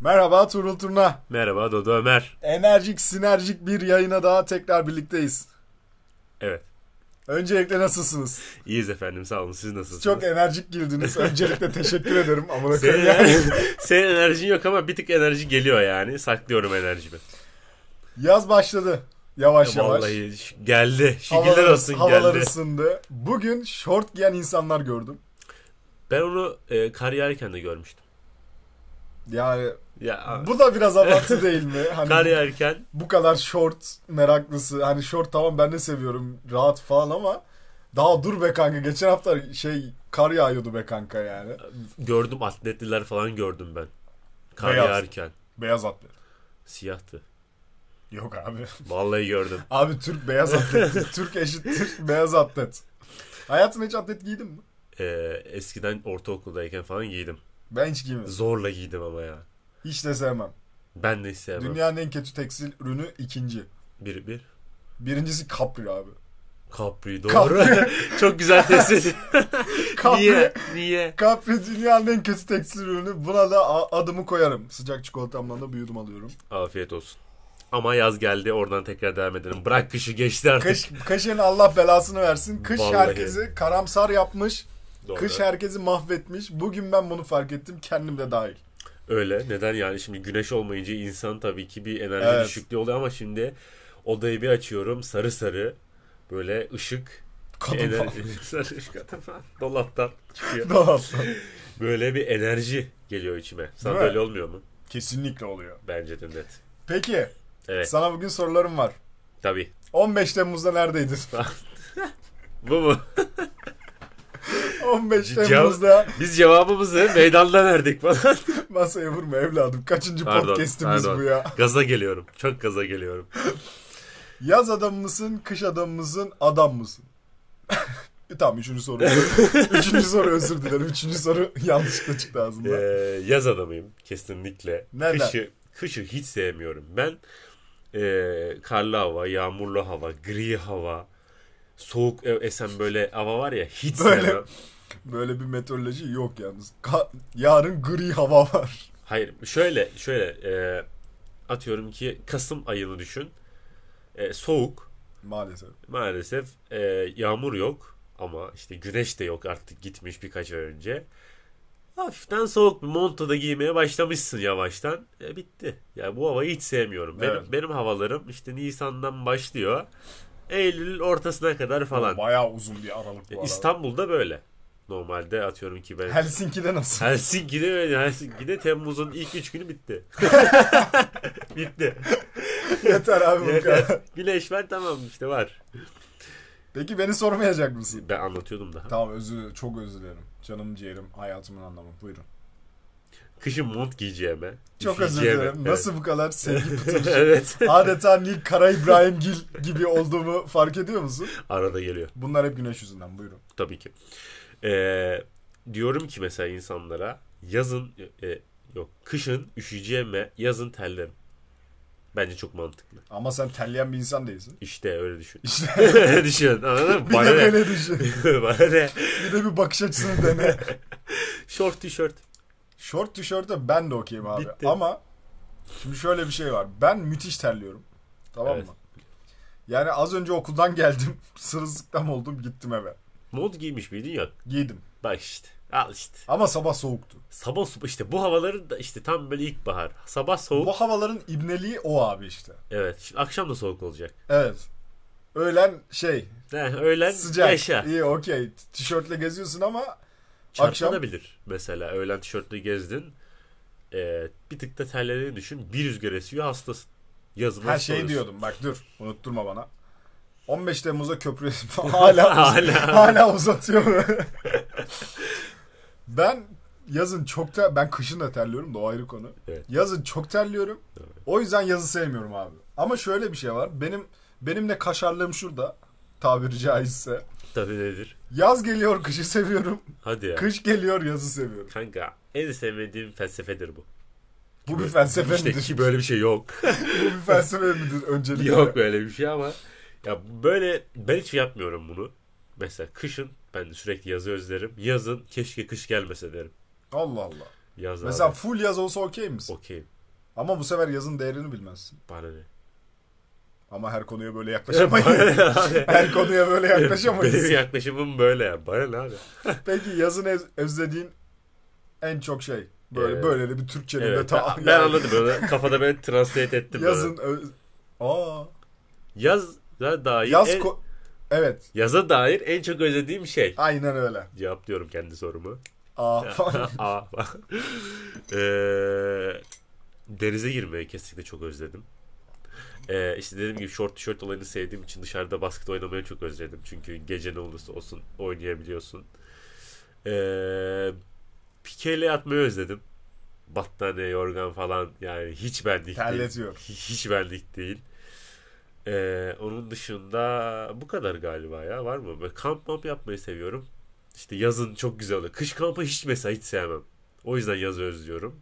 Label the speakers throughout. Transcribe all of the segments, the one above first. Speaker 1: Merhaba Turul Turna.
Speaker 2: Merhaba Dodo Ömer.
Speaker 1: Enerjik, sinerjik bir yayına daha tekrar birlikteyiz.
Speaker 2: Evet.
Speaker 1: Öncelikle nasılsınız?
Speaker 2: İyiyiz efendim sağ olun. Siz nasılsınız?
Speaker 1: Çok enerjik girdiniz. Öncelikle teşekkür ederim. Amına
Speaker 2: senin,
Speaker 1: koyayım. Yani-
Speaker 2: senin enerjin yok ama bir tık enerji geliyor yani. Saklıyorum enerjimi.
Speaker 1: Yaz başladı. Yavaş yavaş.
Speaker 2: Vallahi ş- geldi. Şükürler
Speaker 1: Havalar,
Speaker 2: olsun
Speaker 1: havalar
Speaker 2: geldi.
Speaker 1: ısındı. Bugün şort giyen insanlar gördüm.
Speaker 2: Ben onu e, kar yağarken de görmüştüm.
Speaker 1: Yani
Speaker 2: Ya
Speaker 1: bu da biraz abartı değil mi? Hani
Speaker 2: kar yağarken
Speaker 1: bu kadar short meraklısı. Hani short tamam ben de seviyorum. Rahat falan ama daha dur be kanka. Geçen hafta şey kar yağıyordu be kanka yani.
Speaker 2: gördüm atletliler falan gördüm ben. Kar
Speaker 1: Beyaz.
Speaker 2: yağarken.
Speaker 1: Beyaz atlet.
Speaker 2: Siyahtı.
Speaker 1: Yok abi.
Speaker 2: Vallahi gördüm.
Speaker 1: Abi Türk beyaz atlet. Türk eşittir beyaz atlet. Hayatında hiç atlet giydin mi?
Speaker 2: E, eskiden ortaokuldayken falan giydim.
Speaker 1: Ben hiç giymedim.
Speaker 2: Zorla giydim ama ya.
Speaker 1: Hiç de sevmem.
Speaker 2: Ben de hiç sevmem.
Speaker 1: Dünyanın en kötü tekstil ürünü ikinci.
Speaker 2: Bir bir.
Speaker 1: Birincisi Capri abi.
Speaker 2: Capri doğru. Çok güzel tespit.
Speaker 1: Capri,
Speaker 2: Niye? Niye?
Speaker 1: Capri dünyanın en kötü tekstil ürünü. Buna da a- adımı koyarım. Sıcak çikolatamdan da bir yudum alıyorum.
Speaker 2: Afiyet olsun. Ama yaz geldi oradan tekrar devam edelim. Bırak kışı geçti artık.
Speaker 1: Kış, kışın Allah belasını versin. Kış
Speaker 2: Vallahi.
Speaker 1: herkesi karamsar yapmış.
Speaker 2: Doğru.
Speaker 1: Kış herkesi mahvetmiş. Bugün ben bunu fark ettim. Kendim de dahil.
Speaker 2: Öyle. Neden yani şimdi güneş olmayınca insan tabii ki bir enerji
Speaker 1: Evet.
Speaker 2: düşüklüğü oluyor ama şimdi odayı bir açıyorum sarı sarı böyle ışık bir
Speaker 1: Kadın falan.
Speaker 2: enerji sarı ışık adam falan dolaptan çıkıyor.
Speaker 1: Doğal.
Speaker 2: Böyle bir enerji geliyor içime. Sana
Speaker 1: Değil mi?
Speaker 2: böyle olmuyor mu?
Speaker 1: Kesinlikle oluyor.
Speaker 2: Bence de net.
Speaker 1: Peki
Speaker 2: Evet
Speaker 1: sana bugün sorularım var.
Speaker 2: tabii.
Speaker 1: 15 Temmuz'da neredeydin?
Speaker 2: Bu mu?
Speaker 1: 15
Speaker 2: Cevap-
Speaker 1: Temmuz'da
Speaker 2: Biz cevabımızı meydanda verdik falan.
Speaker 1: masaya vurma evladım. Kaçıncı
Speaker 2: Pardon,
Speaker 1: podcast'imiz
Speaker 2: pardon.
Speaker 1: bu ya?
Speaker 2: gaza geliyorum. Çok gaza geliyorum.
Speaker 1: Yaz adam mısın, kış adam mısın, adam mısın? E tamam üçüncü soru. üçüncü soru özür dilerim. Üçüncü soru yanlışlıkla çıktı
Speaker 2: Ee,
Speaker 1: ağzımdan.
Speaker 2: yaz adamıyım kesinlikle.
Speaker 1: Neden?
Speaker 2: Kışı, kışı hiç sevmiyorum. Ben ee, karlı hava, yağmurlu hava, gri hava, soğuk e- esen böyle hava var ya hiç
Speaker 1: Böyle-
Speaker 2: sevmem.
Speaker 1: Böyle bir meteoroloji yok yalnız. Ka- yarın gri hava var.
Speaker 2: Hayır şöyle şöyle ee, atıyorum ki Kasım ayını düşün. Ee, soğuk
Speaker 1: Maalesef.
Speaker 2: maalesef ee, yağmur yok ama işte güneş de yok artık gitmiş birkaç ay önce. Hafiften soğuk bir monta da giymeye başlamışsın yavaştan. E, bitti. Yani bu havayı hiç sevmiyorum. Benim,
Speaker 1: Evet.
Speaker 2: benim havalarım işte Nisan'dan başlıyor. Eylül ortasına kadar falan.
Speaker 1: Bayağı uzun bir aralık bu arada.
Speaker 2: İstanbul'da böyle. Normalde atıyorum ki ben
Speaker 1: Helsinki'de nasıl?
Speaker 2: Helsinki'de öyle. Helsinki'de Temmuz'un ilk üç günü bitti. bitti.
Speaker 1: Yeter abi bu kadar.
Speaker 2: Güneş var tamam işte var.
Speaker 1: Peki beni sormayacak mısın?
Speaker 2: Ben anlatıyordum daha.
Speaker 1: Tamam özür çok özür dilerim. Canım ciğerim hayatımın anlamı. Buyurun.
Speaker 2: Kışın mont giyeceğime.
Speaker 1: Çok özür
Speaker 2: üşüyeceğime.
Speaker 1: dilerim.
Speaker 2: Evet.
Speaker 1: Nasıl bu kadar sevgi pıtırcı?
Speaker 2: evet.
Speaker 1: Adeta Nil Kara İbrahimgil gibi olduğumu fark ediyor musun?
Speaker 2: Arada geliyor.
Speaker 1: Bunlar hep güneş yüzünden buyurun.
Speaker 2: Tabii ki. Ee, diyorum ki mesela insanlara yazın e, yok kışın üşüyeceğime yazın terlerim. Bence çok mantıklı.
Speaker 1: Ama sen terleyen bir insan değilsin.
Speaker 2: İşte öyle düşün.
Speaker 1: İşte
Speaker 2: Öyle düşün. Anladın mı?
Speaker 1: bir
Speaker 2: Bana
Speaker 1: de
Speaker 2: ne?
Speaker 1: böyle düşün.
Speaker 2: Bana ne?
Speaker 1: Bir de bir bakış açısını dene.
Speaker 2: Şort tişört.
Speaker 1: Şort tişörte ben de okeyim abi.
Speaker 2: Bitti.
Speaker 1: Ama şimdi şöyle bir şey var. Ben müthiş terliyorum. Tamam
Speaker 2: Evet.
Speaker 1: mı? Yani az önce okuldan geldim. Sırılsıklam oldum gittim eve.
Speaker 2: Mont giymiş miydin yok.
Speaker 1: Giydim.
Speaker 2: Bak işte. Al işte.
Speaker 1: Ama sabah soğuktu.
Speaker 2: Sabah soba- işte bu havaların da işte tam böyle ilkbahar. Sabah soğuk.
Speaker 1: Bu havaların ibneliği o abi işte.
Speaker 2: Evet. Şimdi akşam da soğuk olacak.
Speaker 1: Evet. Öğlen şey
Speaker 2: He, öğlen
Speaker 1: sıcak.
Speaker 2: yaşa.
Speaker 1: İyi okey. Tişörtle geziyorsun ama
Speaker 2: Çarpılabilir mesela. Öğlen tişörtle gezdin. Ee, bir tık da terlediğini düşün. Bir rüzgar esiyor hastasın. Yazın
Speaker 1: her
Speaker 2: hasta
Speaker 1: şey
Speaker 2: oluyorsun.
Speaker 1: diyordum. Bak dur unutturma bana. 15 Temmuz'a köprü hala
Speaker 2: Hala.
Speaker 1: hala uzatıyor. ben yazın çok ter ben kışın da terliyorum da o ayrı konu.
Speaker 2: Evet.
Speaker 1: Yazın çok terliyorum.
Speaker 2: Evet.
Speaker 1: O yüzden yazı sevmiyorum abi. Ama şöyle bir şey var. Benim benimle kaşarlığım şurada tabiri caizse.
Speaker 2: Tabii nedir?
Speaker 1: Yaz geliyor kışı seviyorum.
Speaker 2: Hadi ya.
Speaker 1: Kış geliyor yazı seviyorum.
Speaker 2: Kanka en sevmediğim felsefedir bu.
Speaker 1: Bu bir
Speaker 2: Böyle-
Speaker 1: felsefe
Speaker 2: İşte
Speaker 1: midir?
Speaker 2: ki böyle bir şey yok.
Speaker 1: Bu bir felsefe midir öncelikle?
Speaker 2: Yok böyle bir şey ama ya böyle ben hiç yapmıyorum bunu. Mesela kışın ben de sürekli yazı özlerim. Yazın keşke kış gelmese derim.
Speaker 1: Allah Allah.
Speaker 2: Yaz
Speaker 1: Mesela
Speaker 2: abi.
Speaker 1: full yaz olsa okey misin?
Speaker 2: Okey.
Speaker 1: Ama bu sefer yazın değerini bilmezsin.
Speaker 2: Bana ne?
Speaker 1: Ama her konuya böyle yaklaşamayız. her konuya böyle
Speaker 2: Benim
Speaker 1: yaklaşamayız.
Speaker 2: yaklaşımım böyle ya. Bana ne abi?
Speaker 1: Peki yazın ez- özlediğin en çok şey. Böyle
Speaker 2: Evet.
Speaker 1: böyle de bir Türkçenin de
Speaker 2: Ee, Evet,
Speaker 1: ta-
Speaker 2: ben, ben anladım onu. Kafada ben translate ettim.
Speaker 1: Yazın
Speaker 2: Yazın.
Speaker 1: öz- Aa.
Speaker 2: Yaza dair
Speaker 1: Yaz
Speaker 2: en-
Speaker 1: ko- Evet,
Speaker 2: yaza dair en çok özlediğim şey.
Speaker 1: aynen öyle.
Speaker 2: Cevaplıyorum kendi sorumu.
Speaker 1: Aa falan.
Speaker 2: Aa, bak. Ee, denize girmeyi kesinlikle çok özledim. Ee, işte dediğim gibi short tişört olayını sevdiğim için dışarıda basket oynamayı çok özledim. Çünkü gece ne olursa olsun oynayabiliyorsun. Ee, pikeyle atmayı özledim. Battaniye, yorgan falan yani hiç benlik
Speaker 1: Terletiyor.
Speaker 2: değil. Hiç benlik değil. Ee, onun dışında bu kadar galiba ya var mı? Böyle kamp mamp yapmayı seviyorum. İşte yazın çok güzel oluyor. Kış kampı hiç mesela hiç sevmem. O yüzden yazı özlüyorum.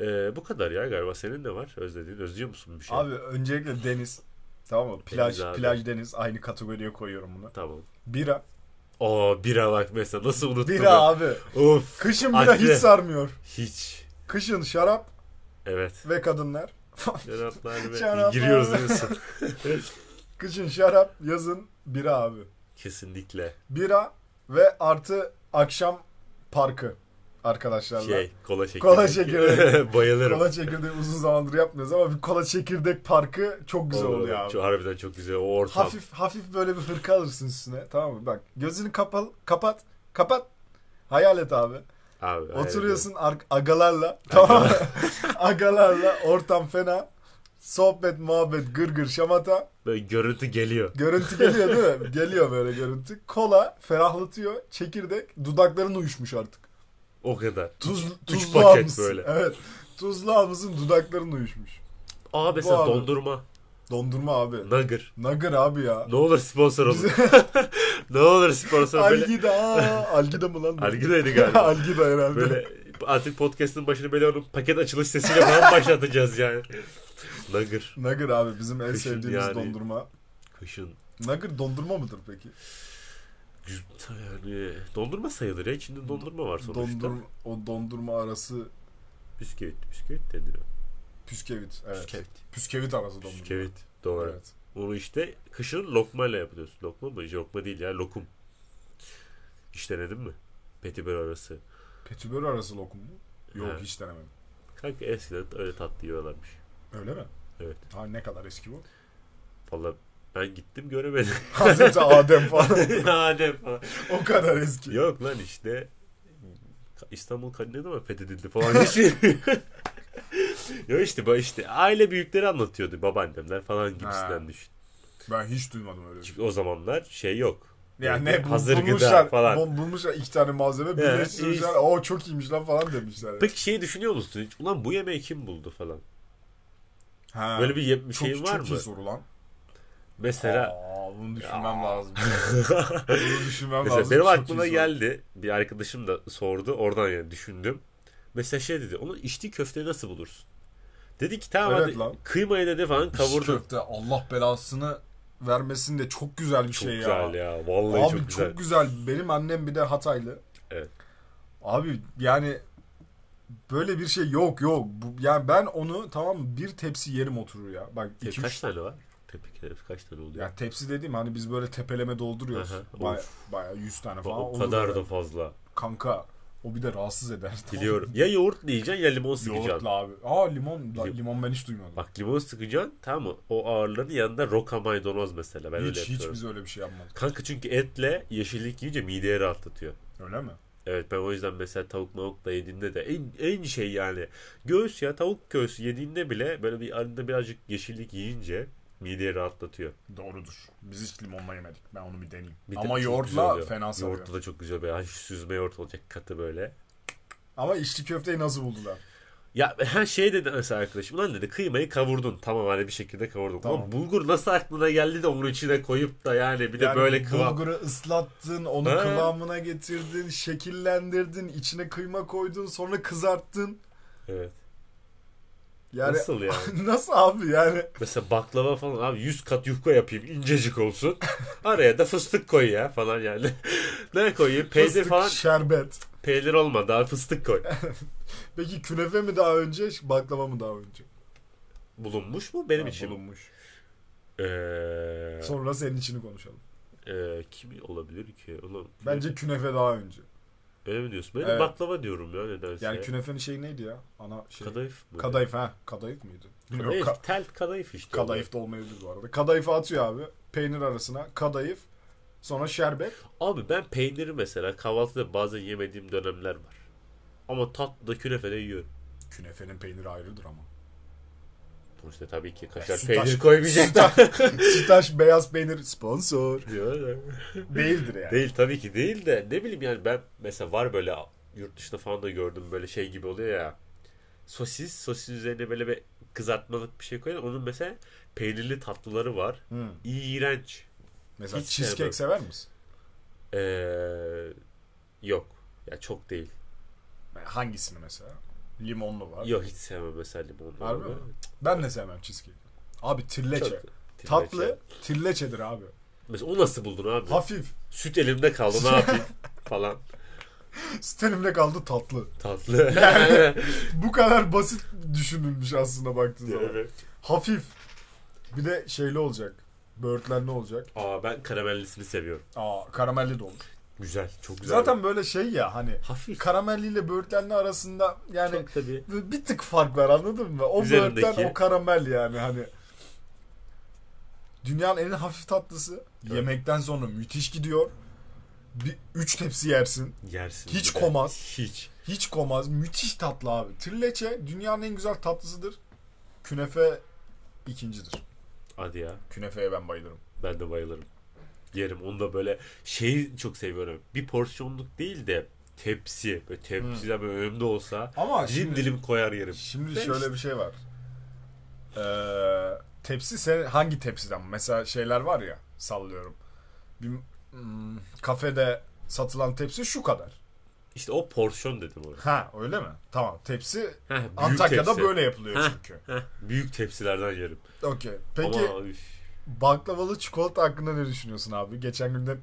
Speaker 2: Ee, bu kadar ya galiba. Senin ne var özlediğin? Özlüyor musun bir şey?
Speaker 1: Abi öncelikle deniz. Tamam mı? Plaj,
Speaker 2: Deniz abi.
Speaker 1: plaj deniz aynı kategoriye koyuyorum bunu.
Speaker 2: Tamam.
Speaker 1: Bira.
Speaker 2: Oo bira bak mesela nasıl unuttum.
Speaker 1: Bira
Speaker 2: ben.
Speaker 1: abi.
Speaker 2: Of
Speaker 1: Kışın bira
Speaker 2: Aklı.
Speaker 1: hiç sarmıyor.
Speaker 2: hiç.
Speaker 1: Kışın şarap
Speaker 2: Evet.
Speaker 1: ve kadınlar.
Speaker 2: Şaraplar ve
Speaker 1: Şaraplar.
Speaker 2: giriyoruz diyorsun.
Speaker 1: Kışın şarap, yazın bira abi.
Speaker 2: Kesinlikle.
Speaker 1: Bira ve artı akşam parkı arkadaşlarla.
Speaker 2: Şey kola şekeri.
Speaker 1: Kola şekeri.
Speaker 2: Bayılırım.
Speaker 1: Kola çekirdeği uzun zamandır yapmıyoruz ama bir kola çekirdek parkı çok güzel
Speaker 2: Oo,
Speaker 1: oluyor abi.
Speaker 2: Çok, harbiden çok güzel o ortam.
Speaker 1: Hafif hafif böyle bir hırka alırsın üstüne tamam mı? Bak gözünü kapalı kapat kapat. Hayal et abi.
Speaker 2: Abi,
Speaker 1: Oturuyorsun ar- agalarla tamam mı? agalarla ortam fena. Sohbet, muhabbet, gırgır, şamata.
Speaker 2: harbiden. Böyle görüntü geliyor.
Speaker 1: Görüntü geliyor değil mi? Geliyor böyle görüntü. Kola ferahlatıyor. Çekirdek. Dudakların uyuşmuş artık.
Speaker 2: O kadar.
Speaker 1: Tuz,
Speaker 2: üç
Speaker 1: tuzlu
Speaker 2: paket
Speaker 1: almışsın.
Speaker 2: böyle.
Speaker 1: Evet. Tuzlu almışsın dudakların uyuşmuş.
Speaker 2: Aa mesela
Speaker 1: abi.
Speaker 2: dondurma.
Speaker 1: Dondurma abi.
Speaker 2: Nugger.
Speaker 1: Nagır abi ya.
Speaker 2: Ne olur sponsor olun.
Speaker 1: Bize-
Speaker 2: ne olur sponsor böyle.
Speaker 1: Algida. aa, Algida mı lan? bu?
Speaker 2: Algida'ydı galiba.
Speaker 1: Algida herhalde.
Speaker 2: Böyle artık podcast'ın başını böyle onun paket açılış sesiyle falan başlatacağız yani. Nugger.
Speaker 1: Nagır abi bizim en
Speaker 2: Kışın
Speaker 1: sevdiğimiz
Speaker 2: yani.
Speaker 1: dondurma.
Speaker 2: Kışın.
Speaker 1: Nagır dondurma mıdır peki?
Speaker 2: Güz- Yani dondurma sayılır ya. İçinde dondurma var sonuçta.
Speaker 1: Dondurma, o dondurma arası
Speaker 2: Bisküvit. Bisküvit deniyor.
Speaker 1: püskevit. Evet. Püskevit,
Speaker 2: Bisküvit.
Speaker 1: arası dondurma.
Speaker 2: Bisküvit. Doğru.
Speaker 1: Evet.
Speaker 2: Onu işte kışın lokmayla yapıyorsun. Lokma mı? Lokma değil ya. Lokum. Hiç denedin mi? Petibör arası.
Speaker 1: Petibör arası lokum mu? Yok
Speaker 2: Evet.
Speaker 1: hiç denemedim.
Speaker 2: Kanka eskiden öyle tatlı yiyorlarmış.
Speaker 1: Öyle mi?
Speaker 2: Evet.
Speaker 1: Ha ne kadar eski bu?
Speaker 2: Valla ben gittim göremedim.
Speaker 1: Hazreti Adem falan.
Speaker 2: Adem falan.
Speaker 1: o kadar eski.
Speaker 2: Yok lan işte İstanbul Kalesi ama fethedildi falan şey. Yok işte bu işte aile büyükleri anlatıyordu babaannemler falan gibisinden
Speaker 1: Ha.
Speaker 2: düşün.
Speaker 1: Ben hiç duymadım öyle. bir şey.
Speaker 2: Çünkü o zamanlar şey yok.
Speaker 1: Yani
Speaker 2: Böyle
Speaker 1: ne
Speaker 2: hazır gıda
Speaker 1: bulmuşlar,
Speaker 2: falan.
Speaker 1: bul- bulmuşlar iki tane malzeme
Speaker 2: Evet,
Speaker 1: birleştirmişler.
Speaker 2: iyi.
Speaker 1: o çok iyiymiş lan falan demişler.
Speaker 2: Peki şeyi düşünüyor musun hiç? Ulan bu yemeği kim buldu falan.
Speaker 1: Ha,
Speaker 2: Böyle bir ye- bir
Speaker 1: çok,
Speaker 2: şeyin var
Speaker 1: çok
Speaker 2: mı?
Speaker 1: iyi soru lan.
Speaker 2: Mesela
Speaker 1: Aa, bunu
Speaker 2: Aa.
Speaker 1: düşünmem lazım. Bunu düşünmem
Speaker 2: mesela
Speaker 1: lazım.
Speaker 2: benim
Speaker 1: Çok iyi
Speaker 2: aklıma
Speaker 1: soru.
Speaker 2: geldi. Bir arkadaşım da sordu. Oradan yani düşündüm. Mesela şey dedi. Onun içtiği köfteyi nasıl bulursun? Dedi ki tamam
Speaker 1: Evet
Speaker 2: hadi
Speaker 1: lan.
Speaker 2: kıymayı dedi falan
Speaker 1: İç
Speaker 2: kavurdun.
Speaker 1: köfte Allah belasını vermesin de çok güzel bir
Speaker 2: Çok
Speaker 1: şey ya.
Speaker 2: güzel ya. Vallahi
Speaker 1: Abi
Speaker 2: çok güzel.
Speaker 1: Benim annem bir de Hataylı.
Speaker 2: Evet.
Speaker 1: Abi yani böyle bir şey yok yok. Bu, yani ben onu tamam mı, bir tepsi yerim oturur ya. Bak
Speaker 2: E,
Speaker 1: iki
Speaker 2: kaç
Speaker 1: üç,
Speaker 2: tane var? Tepkiler kaç tane oluyor?
Speaker 1: ya tepsi dediğim hani biz böyle tepeleme dolduruyoruz.
Speaker 2: Aha,
Speaker 1: Baya,
Speaker 2: of.
Speaker 1: baya 100 tane falan.
Speaker 2: o
Speaker 1: olur
Speaker 2: kadar
Speaker 1: öyle.
Speaker 2: da fazla.
Speaker 1: Kanka o bir de rahatsız eder.
Speaker 2: Biliyorum. Ya yoğurt yiyeceksin ya limon sıkacaksın.
Speaker 1: Yoğurtla abi. Aa limon. La-
Speaker 2: Lim-
Speaker 1: limon ben hiç duymadım.
Speaker 2: Bak limon sıkacaksın tamam mı? O ağırlığın yanında roka maydanoz mesela. Ben öyle
Speaker 1: hiç hiç
Speaker 2: yapıyorum.
Speaker 1: biz öyle bir şey yapmadık.
Speaker 2: Kanka çünkü etle yeşillik yiyince mideye rahatlatıyor.
Speaker 1: Öyle mi?
Speaker 2: Evet ben o yüzden mesela tavuk mavuk da yediğinde de en, en şey yani göğüs ya tavuk göğsü yediğinde bile böyle bir arada birazcık yeşillik yiyince mideyi rahatlatıyor.
Speaker 1: Doğrudur. Biz hiç limonla yemedik. Ben onu bir deneyeyim.
Speaker 2: Bir de
Speaker 1: Ama
Speaker 2: çok güzel
Speaker 1: yoğurtla
Speaker 2: oluyor.
Speaker 1: fena sarıyor.
Speaker 2: Yoğurtlu da çok güzel böyle hafif süzme yoğurt olacak katı böyle.
Speaker 1: Ama içli köfteyi nasıl buldular?
Speaker 2: Ya her şey dedi mesela arkadaşım. Lan dedi kıymayı kavurdun. Tamam hani bir şekilde kavurdun. Ama
Speaker 1: Tamam.
Speaker 2: bulgur nasıl aklına geldi de onun içine koyup da yani bir de
Speaker 1: Yani
Speaker 2: böyle kıvam.
Speaker 1: Bulguru ıslattın, onu
Speaker 2: Ha.
Speaker 1: kıvamına getirdin, şekillendirdin, içine kıyma koydun, sonra kızarttın.
Speaker 2: Evet.
Speaker 1: Yani
Speaker 2: Nasıl yani?
Speaker 1: nasıl abi yani?
Speaker 2: Mesela baklava falan abi 100 kat yufka yapayım incecik olsun. Araya da fıstık koy ya falan yani. Ne koyayım? Peynir
Speaker 1: Fıstık,
Speaker 2: falan.
Speaker 1: şerbet.
Speaker 2: Peynir olma daha fıstık koy.
Speaker 1: Peki künefe mi daha önce baklava mı daha önce?
Speaker 2: Bulunmuş mu benim
Speaker 1: Ha,
Speaker 2: için?
Speaker 1: Bulunmuş.
Speaker 2: Ee,
Speaker 1: Sonra senin içini konuşalım.
Speaker 2: e, kim olabilir ki? Ulan,
Speaker 1: Bence künefe daha önce.
Speaker 2: Öyle mi diyorsun? Ben
Speaker 1: Evet.
Speaker 2: baklava diyorum ya nedense.
Speaker 1: Yani künefenin şeyi neydi ya? Ana şey.
Speaker 2: Kadayıf mı?
Speaker 1: Kadayıf ha. Kadayıf mıydı? Yok,
Speaker 2: Kadayıf,
Speaker 1: ka-
Speaker 2: tel kadayıf işte.
Speaker 1: kadayıf da olmayabilir bu arada. Kadayıfı atıyor abi. Peynir arasına kadayıf. Sonra şerbet.
Speaker 2: Abi ben peyniri mesela kahvaltıda bazen yemediğim dönemler var. Ama tatlıda künefede yiyorum.
Speaker 1: Künefenin peyniri ayrıdır ama.
Speaker 2: Sonuçta tabii ki kaşar
Speaker 1: sütaş-
Speaker 2: peynir koymayacaklar.
Speaker 1: Sütaş beyaz peynir sponsor.
Speaker 2: diyor. da.
Speaker 1: Değildir yani.
Speaker 2: Değil tabii ki değil de ne bileyim yani ben mesela var böyle yurt dışında falan da gördüm böyle şey gibi oluyor ya. Sosis, sosis üzerine böyle bir kızartmalık bir şey koyuyor. Onun mesela peynirli tatlıları var.
Speaker 1: Hı.
Speaker 2: İğrenç.
Speaker 1: Mesela
Speaker 2: Hiç
Speaker 1: cheesecake
Speaker 2: sevmem.
Speaker 1: sever misin?
Speaker 2: Ee, yok. Ya çok değil.
Speaker 1: Yani Hangisini mesela? Limonlu var.
Speaker 2: Yok hiç sevmem mesela limonlu.
Speaker 1: Harbi
Speaker 2: olanı.
Speaker 1: mi? Ben de sevmem cheesecake. Abi
Speaker 2: Çok-
Speaker 1: tirleçe.
Speaker 2: Tirleçe.
Speaker 1: Tatlı tirleçedir abi.
Speaker 2: Mesela o nasıl buldun abi?
Speaker 1: Hafif.
Speaker 2: Süt elimde kaldı ne yapayım falan.
Speaker 1: Stelimde kaldı tatlı.
Speaker 2: Tatlı.
Speaker 1: Bu kadar basit düşünülmüş aslında baktığın zaman.
Speaker 2: Evet.
Speaker 1: Hafif. Bir de şeyli olacak. Böğürtlenli olacak.
Speaker 2: Aa ben karamellisini seviyorum.
Speaker 1: Aa karamelli de olur.
Speaker 2: Güzel. Çok güzel.
Speaker 1: Zaten böyle şey ya hani
Speaker 2: hafif.
Speaker 1: karamelli ile böğürtlenli arasında yani
Speaker 2: Çok tabii.
Speaker 1: bir tık fark var anladın mı? O
Speaker 2: Üzerindeki-
Speaker 1: böğürtlen o karamel yani hani. Dünyanın en hafif tatlısı.
Speaker 2: Evet.
Speaker 1: Yemekten sonra müthiş gidiyor. Bir, üç tepsi yersin.
Speaker 2: Yersin.
Speaker 1: Hiç
Speaker 2: bir de.
Speaker 1: komaz.
Speaker 2: Hiç.
Speaker 1: Hiç komaz. Müthiş tatlı abi. Trileçe dünyanın en güzel tatlısıdır. Künefe ikincidir.
Speaker 2: Hadi ya.
Speaker 1: Künefeye ben bayılırım.
Speaker 2: Ben de bayılırım. Yerim. Onu da böyle şeyi çok seviyorum. Bir porsiyonluk değil de tepsi. Böyle tepsiden böyle önümde olsa
Speaker 1: Ama
Speaker 2: dilim
Speaker 1: şimdi,
Speaker 2: dilim koyar yerim.
Speaker 1: şimdi
Speaker 2: Ben
Speaker 1: şöyle
Speaker 2: işte-
Speaker 1: bir şey var. Ee, tepsi sen hangi tepsiden? Mesela şeyler var ya sallıyorum. Bir mm, kafede satılan tepsi şu kadar.
Speaker 2: İşte o porsiyon dedim ona.
Speaker 1: Ha öyle mi? Tamam tepsi
Speaker 2: Heh, büyük
Speaker 1: Antakya'da
Speaker 2: tepsi.
Speaker 1: böyle yapılıyor
Speaker 2: Heh.
Speaker 1: çünkü.
Speaker 2: Heh, büyük tepsilerden yerim.
Speaker 1: Okey. Peki
Speaker 2: Ama üf,
Speaker 1: baklavalı çikolata hakkında ne düşünüyorsun abi? Geçen gün de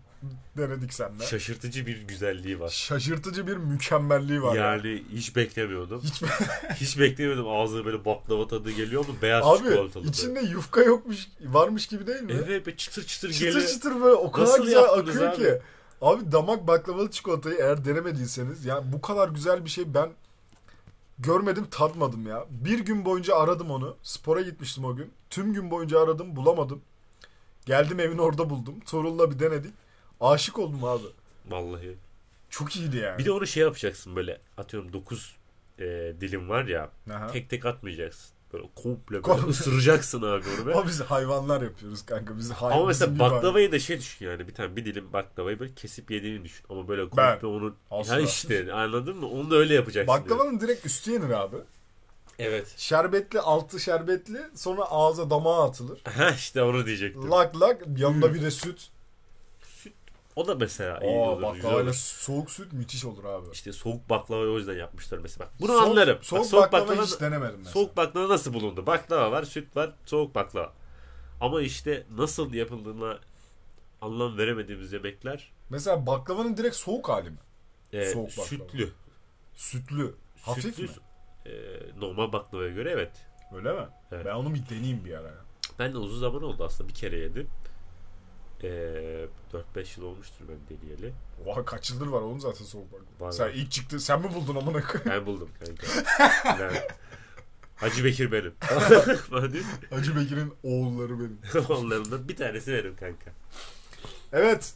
Speaker 1: denedik seninle.
Speaker 2: şaşırtıcı bir güzelliği Şey var.
Speaker 1: Şaşırtıcı bir mükemmelliği var. ya.
Speaker 2: Yani hiç beklemiyordum.
Speaker 1: Hiç
Speaker 2: Hiç beklemiyordum ağzına böyle baklava tadı geliyor mu beyaz
Speaker 1: Abi
Speaker 2: çikolatalı. böyle.
Speaker 1: içinde yufka yokmuş varmış gibi değil mi?
Speaker 2: Evet be çıtır çıtır,
Speaker 1: çıtır
Speaker 2: geliyor.
Speaker 1: çıtır böyle o kadar
Speaker 2: Nasıl
Speaker 1: güzel
Speaker 2: yaptınız
Speaker 1: akıyor
Speaker 2: abi?
Speaker 1: ki. Abi damak baklavalı çikolatayı eğer denemediyseniz yani bu kadar güzel bir şey ben görmedim tatmadım ya. Bir gün boyunca aradım onu. Spora gitmiştim o gün. Tüm gün boyunca aradım bulamadım. Geldim evin orada buldum. Tuğrul'la bir denedik. Aşık oldum abi.
Speaker 2: Vallahi.
Speaker 1: Çok iyiydi yani.
Speaker 2: Bir de onu şey yapacaksın böyle atıyorum 9 dilim var ya
Speaker 1: Aha.
Speaker 2: tek tek atmayacaksın. Böyle komple böyle
Speaker 1: Komple.
Speaker 2: ısıracaksın abi onu be.
Speaker 1: Ama biz hayvanlar yapıyoruz kanka. Biz hay-
Speaker 2: Ama
Speaker 1: bizim
Speaker 2: mesela
Speaker 1: gibi hayvan-
Speaker 2: baklavayı da şey düşün yani bir tane bir dilim baklavayı böyle kesip yediğini düşün. Ama böyle
Speaker 1: Ben.
Speaker 2: komple onu
Speaker 1: Asla.
Speaker 2: ya işte anladın mı? Onu da öyle yapacaksın. yani.
Speaker 1: Baklavanın direkt üstü yenir abi.
Speaker 2: Evet.
Speaker 1: Şerbetli altı şerbetli sonra ağza damağa atılır.
Speaker 2: Ha işte onu diyecektim.
Speaker 1: Lak lak yanında bir de süt.
Speaker 2: O da mesela iyi
Speaker 1: Aa
Speaker 2: olur. güzel olur.
Speaker 1: baklavayla soğuk süt müthiş olur abi.
Speaker 2: İşte soğuk baklavayı o yüzden yapmışlar mesela. Bak, bunu
Speaker 1: Soğuk-
Speaker 2: anlarım. Bak,
Speaker 1: Soğuk,
Speaker 2: soğuk
Speaker 1: baklava,
Speaker 2: baklava-
Speaker 1: hiç denemedim mesela.
Speaker 2: Soğuk baklava nasıl bulundu? Baklava var, süt var, soğuk baklava. Ama işte nasıl yapıldığına anlam veremediğimiz yemekler
Speaker 1: Mesela baklavanın direkt soğuk hali mi?
Speaker 2: e,
Speaker 1: Soğuk baklava.
Speaker 2: sütlü.
Speaker 1: Sütlü. Hafif
Speaker 2: Sütlü,
Speaker 1: mi?
Speaker 2: e, normal baklavaya göre evet.
Speaker 1: Öyle mi?
Speaker 2: Evet.
Speaker 1: Ben onu bir deneyeyim bir ara. ya.
Speaker 2: Ben de uzun zaman oldu aslında bir kere yedim. E, 4-5 yıl olmuştur ben deneyeli.
Speaker 1: Oha kaç yıldır var oğlum zaten soğuk baklava.
Speaker 2: Var
Speaker 1: sen
Speaker 2: var.
Speaker 1: ilk çıktı sen mi buldun amına koyayım?
Speaker 2: Ben buldum kanka. Ben- Hacı Bekir benim. Bana diyor,
Speaker 1: Hacı Bekir'in oğulları benim.
Speaker 2: Onların da bir tanesi benim kanka.
Speaker 1: Evet.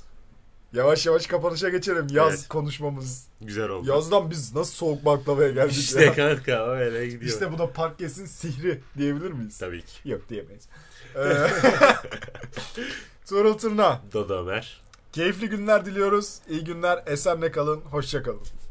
Speaker 1: Yavaş yavaş kapanışa geçelim. Yaz
Speaker 2: Evet.
Speaker 1: konuşmamız.
Speaker 2: Güzel oldu.
Speaker 1: Yazdan biz nasıl soğuk baklavaya geldik
Speaker 2: İşte
Speaker 1: ya.
Speaker 2: kanka öyle gidiyor.
Speaker 1: İşte bu da Parkes'in sihri diyebilir miyiz?
Speaker 2: Tabii ki.
Speaker 1: Yok diyemeyiz. Ee, Tuğrul Tırna.
Speaker 2: Dodomer.
Speaker 1: Keyifli günler diliyoruz. İyi günler. Esenle kalın. Hoşça kalın.